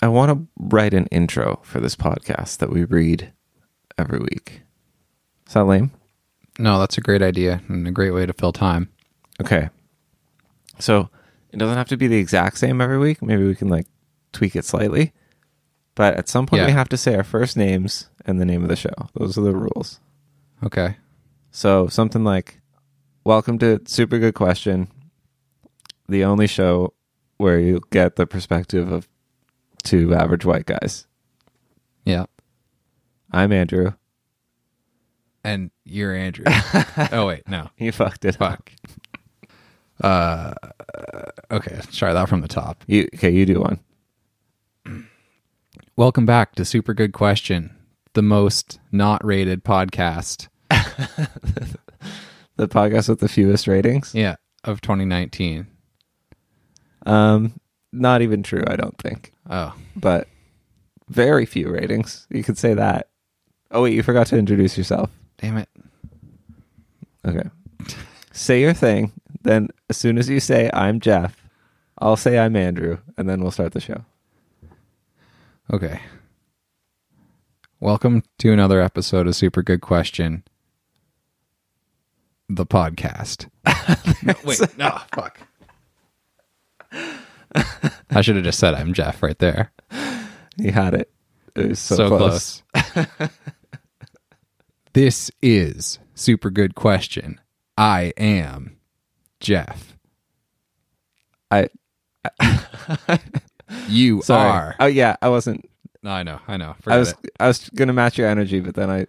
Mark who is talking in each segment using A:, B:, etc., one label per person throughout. A: I want to write an intro for this podcast that we read every week. Is that lame?
B: No, that's a great idea and a great way to fill time.
A: Okay. So it doesn't have to be the exact same every week. Maybe we can like tweak it slightly. But at some point,
B: Yeah.
A: we have to say our first names and the name of the show. Those are the rules.
B: Okay.
A: So something like, "Welcome to Super Good Question," the only show where you get the perspective of two average white guys.
B: Yeah.
A: I'm Andrew.
B: And you're Andrew. oh wait, no.
A: You fucked it up.
B: Fuck. Uh okay, let's try that from the top.
A: You okay? You do one.
B: Welcome back to Super Good Question, the most not rated podcast.
A: The podcast with the fewest ratings.
B: Yeah, of 2019.
A: Um, not even true. I don't think,
B: Oh,
A: but very few ratings. You could say that. Oh wait, you forgot to introduce yourself.
B: damn it.
A: Okay. Say your thing. Then, as soon as you say, I'm Jeff, I'll say, I'm Andrew, and then we'll start the show.
B: Okay. Welcome to another episode of Super Good Question, the podcast. No, wait, no, fuck. I should have just said I'm Jeff right there.
A: You had it. It was so,
B: So, close. this is Super Good Question. I am Jeff.
A: I
B: You
A: sorry.
B: are.
A: Oh yeah, I wasn't.
B: No, I know, I know. Forget
A: I was.
B: it.
A: I was gonna match your energy, but then I,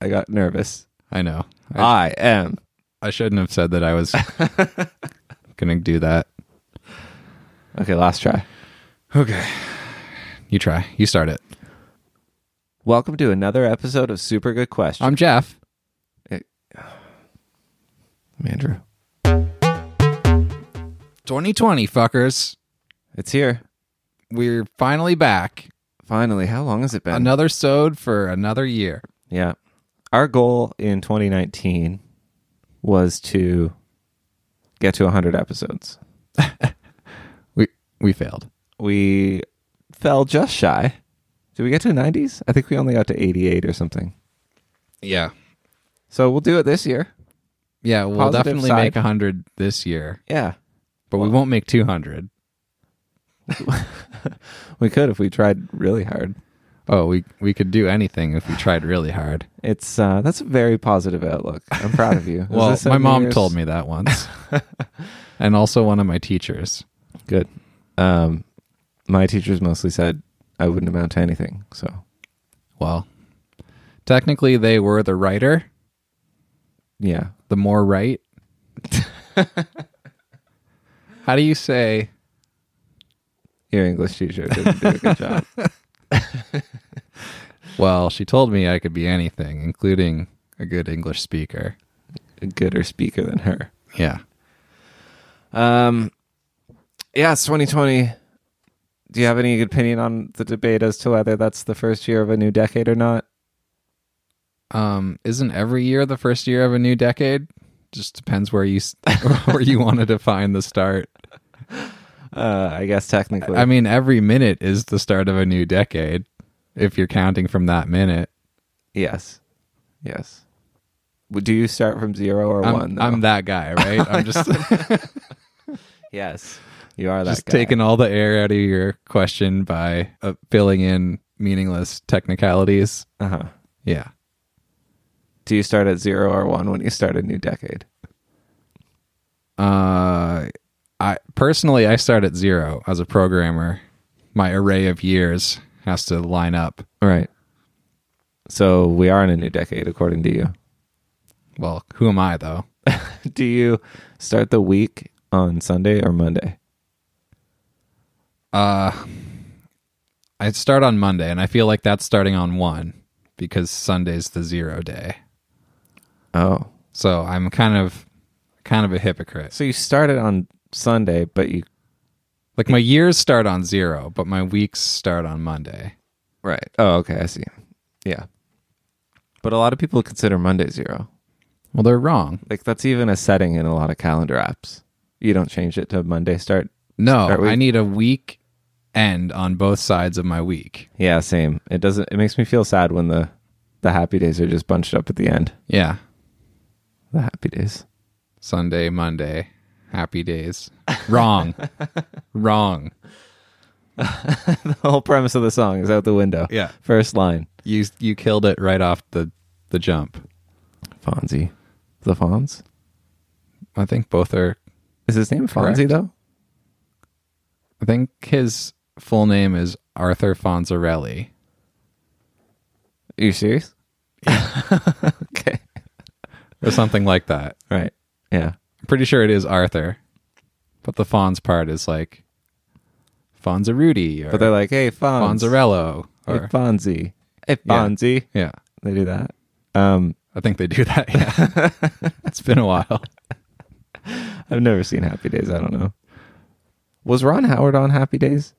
A: I got nervous.
B: I know. I,
A: I am.
B: I shouldn't have said that I was going to do that.
A: Okay, last try.
B: Okay. You try. You start it.
A: Welcome to another episode of Super Good Question.
B: I'm Jeff.
A: I'm Andrew.
B: 2020, fuckers.
A: It's here.
B: We're finally back.
A: Finally, how long has it been?
B: Another sewed for another year.
A: Yeah. Our goal in 2019 was to get to 100 episodes.
B: We we failed.
A: We fell just shy. Did we get to 90s? I think we only got to 88 or something.
B: Yeah.
A: So we'll do it this year.
B: Yeah, we'll
A: Positive
B: definitely
A: side.
B: make 100 this year,
A: Yeah.
B: but we won't make 200.
A: We could if we tried really hard.
B: Oh, we we could do anything if we tried really hard.
A: It's uh that's a very positive outlook. I'm proud of you. Is
B: Well,
A: this a
B: my
A: New
B: mom
A: Year's-
B: told me that once. and also one of my teachers.
A: Good. Um my teachers mostly said I wouldn't amount to anything. So
B: Well, technically they were the writer,
A: yeah.
B: the more right. How do you say
A: Your English teacher didn't do a good job.
B: Well, she told me I could be anything, including a good English speaker.
A: A gooder speaker than her.
B: Yeah.
A: Um, yeah, it's 2020. Do you have any opinion on the debate as to whether that's the first year of a new decade or not?
B: Um, isn't every year the first year of a new decade? Just depends where you s- where you want to define the start.
A: Uh, I guess technically.
B: I mean, every minute is the start of a new decade if you're counting from that minute.
A: yes. Yes. W- Do you start from zero or
B: I'm,
A: one? though?
B: I'm that guy, right? I'm just
A: yes. You are that
B: just
A: guy.
B: taking all the air out of your question by uh, filling in meaningless technicalities.
A: Uh-huh.
B: Yeah.
A: Do you start at zero or one when you start a new decade?
B: Uh, I personally I start at zero as a programmer. My array of years has to line up.
A: All right. So we are in a new decade, according to you.
B: Well, who am I though?
A: Do you start the week on Sunday or Monday?
B: I start on Monday, and I feel like that's starting on one because Sunday's the zero day.
A: Oh.
B: So I'm kind of kind of a hypocrite.
A: So you started on Sunday, but you
B: Like my years start on zero, but my weeks start on Monday.
A: Right. Oh, okay. I see. Yeah. But a lot of people consider Monday zero.
B: Well, they're wrong.
A: Like that's even a setting in a lot of calendar apps. You don't change it to Monday start.
B: No,
A: Start with-
B: I need a week end on both sides of my week.
A: Yeah, same. It doesn't. It makes me feel sad when the the happy days are just bunched up at the end.
B: Yeah.
A: The happy days.
B: Sunday, Monday, happy days. Wrong. Wrong.
A: The whole premise of the song is out the window.
B: Yeah.
A: First line.
B: You you killed it right off the the jump.
A: Fonzie. The Fonz.
B: I think both are
A: Is his name Fonzie
B: Correct.
A: though?
B: I think his full name is Arthur Fonzarelli.
A: Are you serious? okay.
B: or something like that.
A: Right. Yeah.
B: I'm pretty sure it is Arthur, but the Fonz part is like Fonzarudi or
A: But they're like, hey, Fonz.
B: Fonzarello
A: Hey,
B: or
A: Fonzie. Hey, Fonzie.
B: yeah.
A: They do that. Um,
B: I think they do that. Yeah, it's been a while.
A: I've never seen Happy Days. I don't know. Was Ron Howard on Happy Days?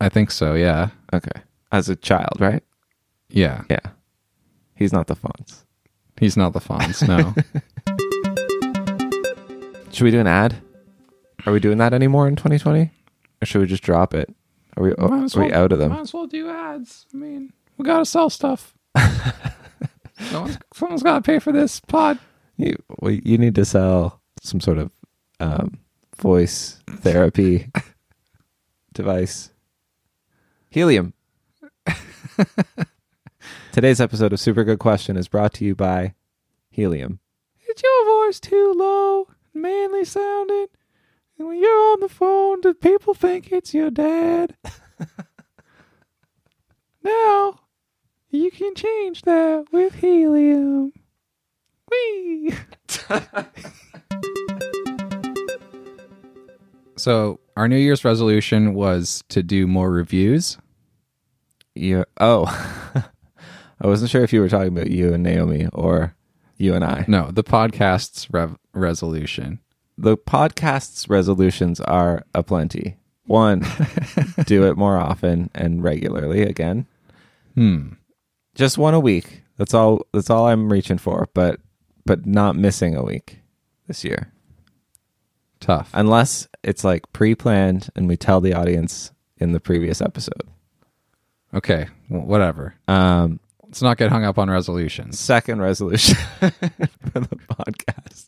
B: I think so. Yeah,
A: Okay. As a child, right?
B: yeah.
A: Yeah. He's not the Fonz.
B: He's not the Fonz. No,
A: Should we do an ad? Are we doing that anymore in 2020? Or should we just drop it? Are we, oh, are
B: Might as
A: we
B: well-
A: out of them?
B: Might as well do ads. I mean, we gotta sell stuff. someone's, someone's gotta pay for this pod.
A: You, well, you need to sell some sort of um, voice therapy device. Helium. Today's episode of Super Good Question is brought to you by Helium.
B: It's your voice too low, manly sounding, and when you're on the phone, do people think it's your dad? now, you can change that with helium. Whee! so, our New Year's resolution was to do more reviews.
A: You, oh, I wasn't sure if you were talking about you and Naomi or you and I.
B: No, the podcast's rev- resolution.
A: the podcast's resolutions are aplenty. One, do it more often and regularly again.
B: Hmm.
A: Just one a week. That's all that's all I'm reaching for, but but not missing a week this year.
B: Tough.
A: Unless it's like pre-planned and we tell the audience in the previous episode.
B: Okay, w- whatever.
A: Um
B: Let's not get hung up on resolutions.
A: second resolution for the podcast.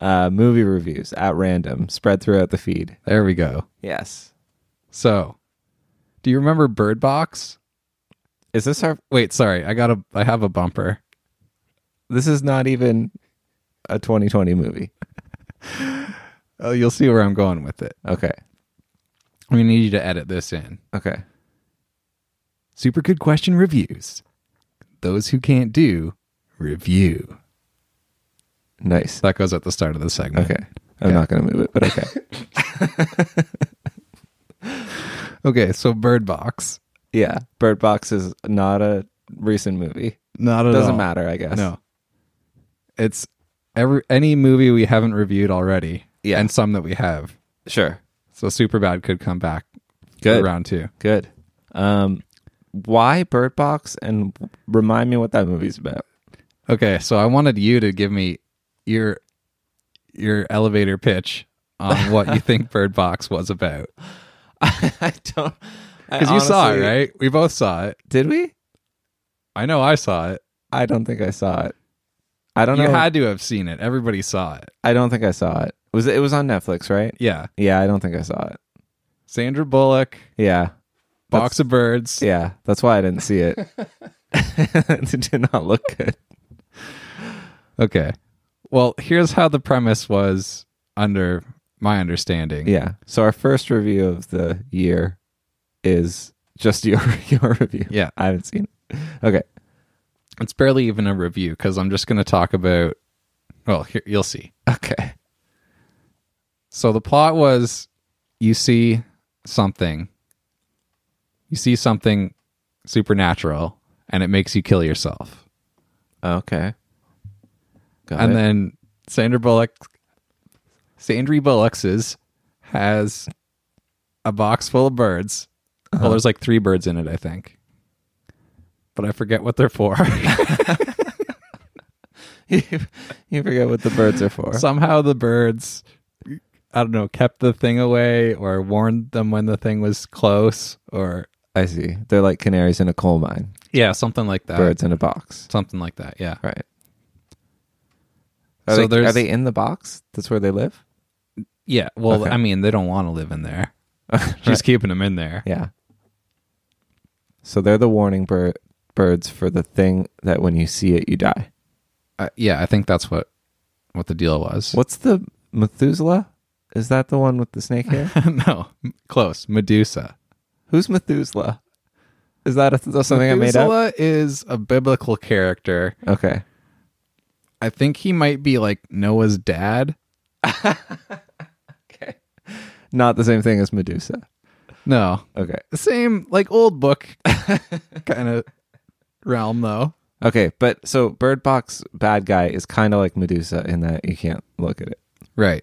A: Uh movie reviews at random, spread throughout the feed.
B: There we go.
A: Yes.
B: So, do you remember Bird Box?
A: Is this our
B: Wait, sorry. I got a I have a bumper.
A: this is not even a 2020 movie.
B: Oh, you'll see where I'm going with it.
A: Okay.
B: I'm going to need you to edit this in.
A: Okay.
B: Super good question reviews. Those who can't do review.
A: Nice.
B: That goes at the start of the segment.
A: Okay. I'm not going to move it, but okay.
B: Okay, so Bird Box.
A: yeah. Bird Box is not a recent movie.
B: Not at
A: Doesn't
B: all.
A: matter, I guess.
B: No. It's every any movie we haven't reviewed already
A: Yeah.
B: and some that we have.
A: Sure.
B: So Superbad could come back
A: Good.
B: for round 2.
A: Good. Um, why Bird Box and remind me what that movie's about?
B: Okay, so I wanted you to give me your your elevator pitch on what you think Bird Box was about.
A: I don't.
B: Because you saw it, right? We both saw it.
A: Did we?
B: I know I saw it.
A: I don't think I saw it. I don't
B: You
A: know.
B: had to have seen it. Everybody saw it.
A: I don't think I saw it. Was it, it was on Netflix, right?
B: Yeah.
A: Yeah, I don't think I saw it.
B: Sandra Bullock,
A: Yeah.
B: Box of Birds.
A: Yeah, that's why I didn't see it. it did not look good.
B: Okay. Well, here's how the premise was under my understanding.
A: Yeah. So our first review of the year is just your your review.
B: Yeah.
A: I haven't seen it. Okay.
B: It's barely even a review because I'm just going to talk about. Well, here, you'll see.
A: Okay.
B: So the plot was you see something, you see something supernatural, and it makes you kill yourself.
A: Okay. Got
B: and
A: it.
B: then Sandra Bullock, Sandry Bullock's has a box full of birds.
A: Uh-huh.
B: Well, there's like three birds in it, I think. But I forget what they're for.
A: you forget what the birds are for.
B: Somehow the birds I don't know, kept the thing away or warned them when the thing was close or
A: I see. They're like canaries in a coal mine,
B: yeah, something like that.
A: birds in a box.
B: Something like that. Yeah.
A: Right. Are,
B: So
A: they,
B: there's-
A: are they in the box? That's where they live?
B: Yeah. Well,
A: Okay.
B: I mean, they don't want to live in there. She's keeping them in there.
A: Yeah. So they're the warning bir- birds for the thing that when you see it, you die.
B: Uh, yeah, I think that's what what the deal was.
A: What's the Methuselah? Is that the one with the snake hair?
B: no, m- close. Medusa.
A: Who's Methuselah? Is that a, something I made up?
B: Methuselah is a biblical character.
A: Okay.
B: I think he might be like Noah's dad.
A: Not the same thing as Medusa.
B: No,
A: Okay.
B: same like old book kind of realm though.
A: Okay. But so Bird Box bad guy is kind of like Medusa in that you can't look at it.
B: Right.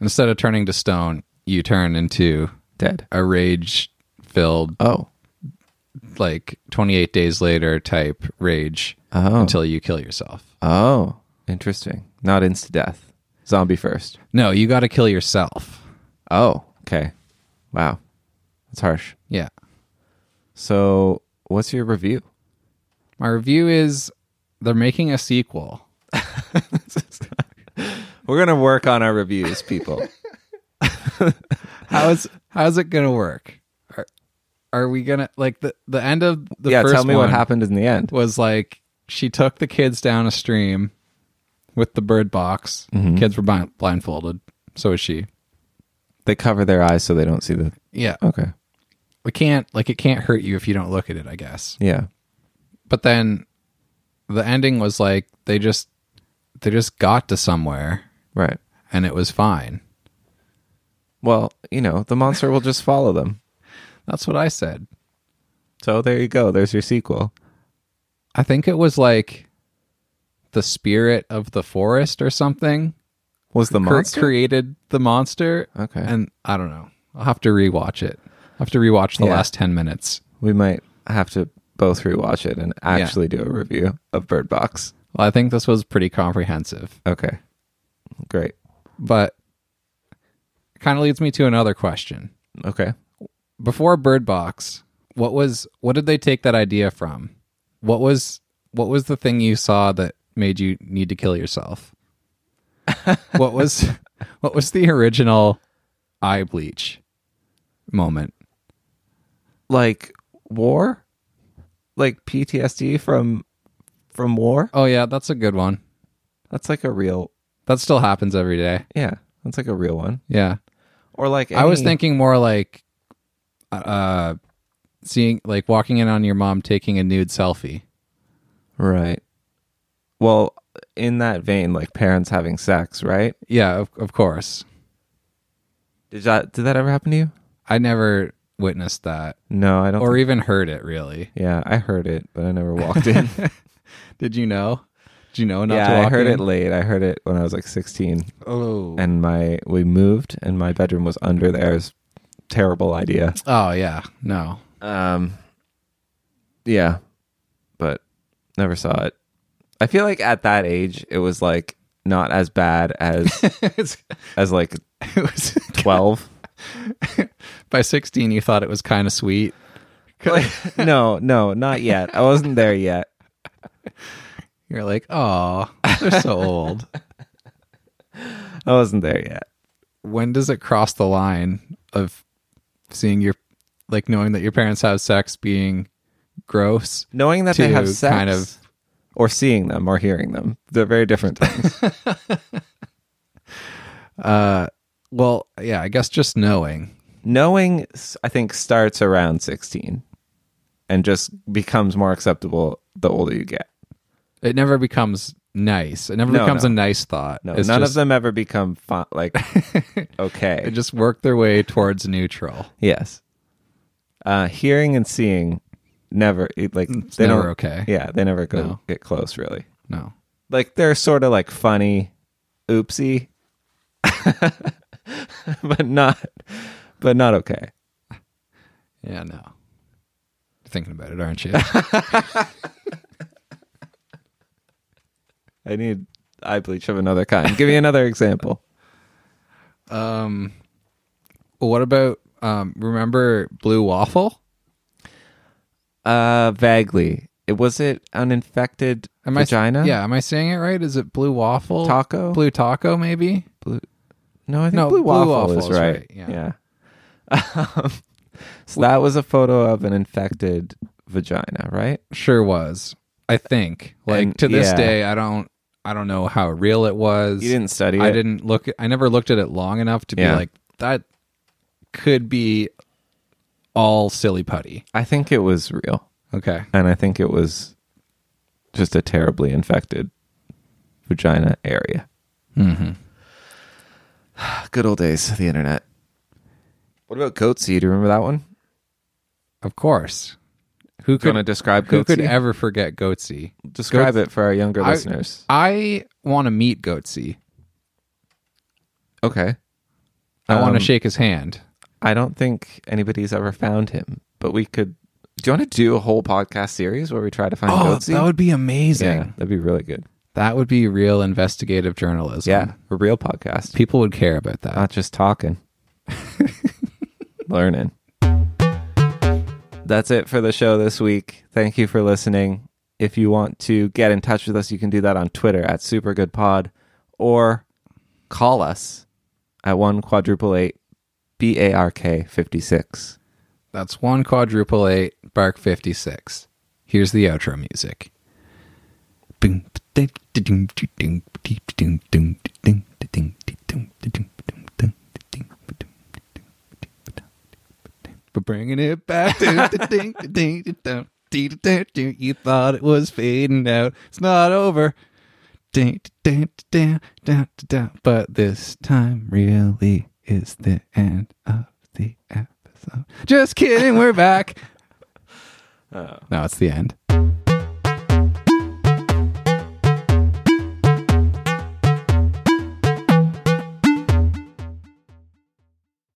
B: Instead of turning to stone, you turn into
A: Dead.
B: a rage filled
A: Oh.
B: like 28 days later type rage
A: Oh.
B: until you kill yourself.
A: Oh. Interesting. Not insta death. Zombie first.
B: No, you got to kill yourself.
A: Oh. Okay. Wow. That's harsh.
B: Yeah.
A: So, what's your review?
B: My review is they're making a sequel.
A: We're going to work on our reviews, people.
B: How's how's it going to work? Are, are we going to like the the end of the
A: yeah,
B: first
A: tell me
B: one
A: what happened in the end.
B: was like she took the kids down a stream with the bird box.
A: Mm-hmm.
B: Kids were blind, blindfolded. So was she.
A: They cover their eyes so they don't see the.
B: Yeah.
A: Okay.
B: We can't like it can't hurt you if you don't look at it, I guess.
A: Yeah.
B: but then the ending was like they just they just got to somewhere
A: Right.
B: and it was fine
A: Well, you know, the monster will just follow them.
B: that's what i said
A: So, there you go. There's your sequel.
B: i think it was like the spirit of the forest or something
A: Was the
B: cre-
A: monster?
B: created the monster
A: Okay.
B: and i don't know i'll have to rewatch it i'll have to rewatch the
A: Yeah.
B: last 10 minutes
A: we might have to both rewatch it and actually do a review of Bird Box.
B: well i think this was pretty comprehensive
A: Okay. Great.
B: but kind of leads me to another question
A: Okay.
B: before Bird Box, what was what did they take that idea from? What was what was the thing you saw that made you need to kill yourself? what was what was the original eye bleach moment?
A: Like war? Like PTSD from from war?
B: Oh yeah, that's a good one.
A: That's like a real
B: That still happens every day.
A: Yeah, that's like a real one.
B: Yeah.
A: Or like
B: I was
A: any-
B: thinking more like uh seeing like walking in on your mom taking a nude selfie.
A: right. Well, in that vein, like parents having sex, right?
B: Yeah, of, of course.
A: Did that did that ever happen to you?
B: I never witnessed that
A: No, I don't.
B: or
A: think-
B: even heard it really.
A: yeah, I heard it, but I never walked in.
B: Did you know? Did you know not to
A: yeah,
B: walk
A: I heard
B: in?
A: it late. I heard it when I was like 16,
B: Oh.
A: and my we moved, and my bedroom was under theirs. Terrible idea.
B: oh yeah. No.
A: Um, yeah, but never saw it. I feel like at that age, it was like not as bad as
B: It's-
A: as like
B: it was
A: 12.
B: by 16 you thought it was kind of sweet.
A: no, no, not yet. I wasn't there yet.
B: You're like, "Oh, they're so old."
A: I wasn't there yet.
B: When does it cross the line of seeing your like knowing that your parents have sex being gross?
A: Knowing that they
B: To
A: have sex,
B: kind of-
A: or seeing them or hearing them, they're very different things.
B: Well, yeah, I guess just knowing.
A: Knowing, s- I think, starts around sixteen, and just becomes more acceptable the older you get.
B: It never becomes nice. It never
A: No,
B: becomes
A: no.
B: a nice thought.
A: No,
B: It's
A: none
B: just,
A: of them ever become fun, like okay.
B: they just work their way towards neutral.
A: yes, uh, hearing and seeing never it- like they
B: never
A: don't.
B: okay.
A: Yeah, they never go
B: No.
A: get close. Really,
B: No.
A: like they're sort of like funny oopsie but not but not okay
B: Yeah, no. You're thinking about it, aren't you?
A: i need eye bleach of another kind give me another example
B: Um, what about um? Remember Blue Waffle?
A: Uh, vaguely. It was it an infected
B: Am
A: vagina?
B: I, yeah. Am I saying it right? Is it Blue Waffle?
A: Taco?
B: Blue Taco? Maybe.
A: No, I think
B: No,
A: blue,
B: blue
A: waffle,
B: waffle
A: is
B: is
A: right.
B: right, yeah.
A: Um, so that was a photo of an infected vagina, right?
B: Sure was. I think. Like
A: And-
B: to this
A: yeah.
B: day, I don't. I don't know how real it was.
A: You didn't study it.
B: I didn't look. I never looked at it long enough to
A: Yeah.
B: be like that. Could be all silly putty.
A: I think it was real,
B: Okay.
A: and I think it was just a terribly infected vagina area. Mm-hmm. Good old days of the internet. What about Goatsy? Do you remember that one?
B: Of course. Who
A: Going to
B: could
A: describe
B: who could
A: Goatsy?
B: ever forget Goatsy?
A: describe it for our younger
B: I-
A: listeners?
B: I want to meet Goatsy.
A: Okay.
B: I want
A: Um,
B: to shake his hand.
A: I don't think anybody's ever found him, but we could. Do you want to do a whole podcast series where we try to find Goatsy?
B: Oh, would be amazing.
A: yeah, that'd be really good.
B: That would be real investigative journalism.
A: Yeah, a real podcast,
B: People would care about that.
A: not just talking, learning. That's it for the show this week. Thank you for listening. If you want to get in touch with us, you can do that on Twitter at SuperGoodPod or call us at one quadruple eight B A R K fifty six.
B: That's one quadruple eight, bark 56. Here's the outro music. But bringing it back. you thought it was fading out. It's not over. But this time really is the end of the episode. Just kidding, we're back. No, it's the end.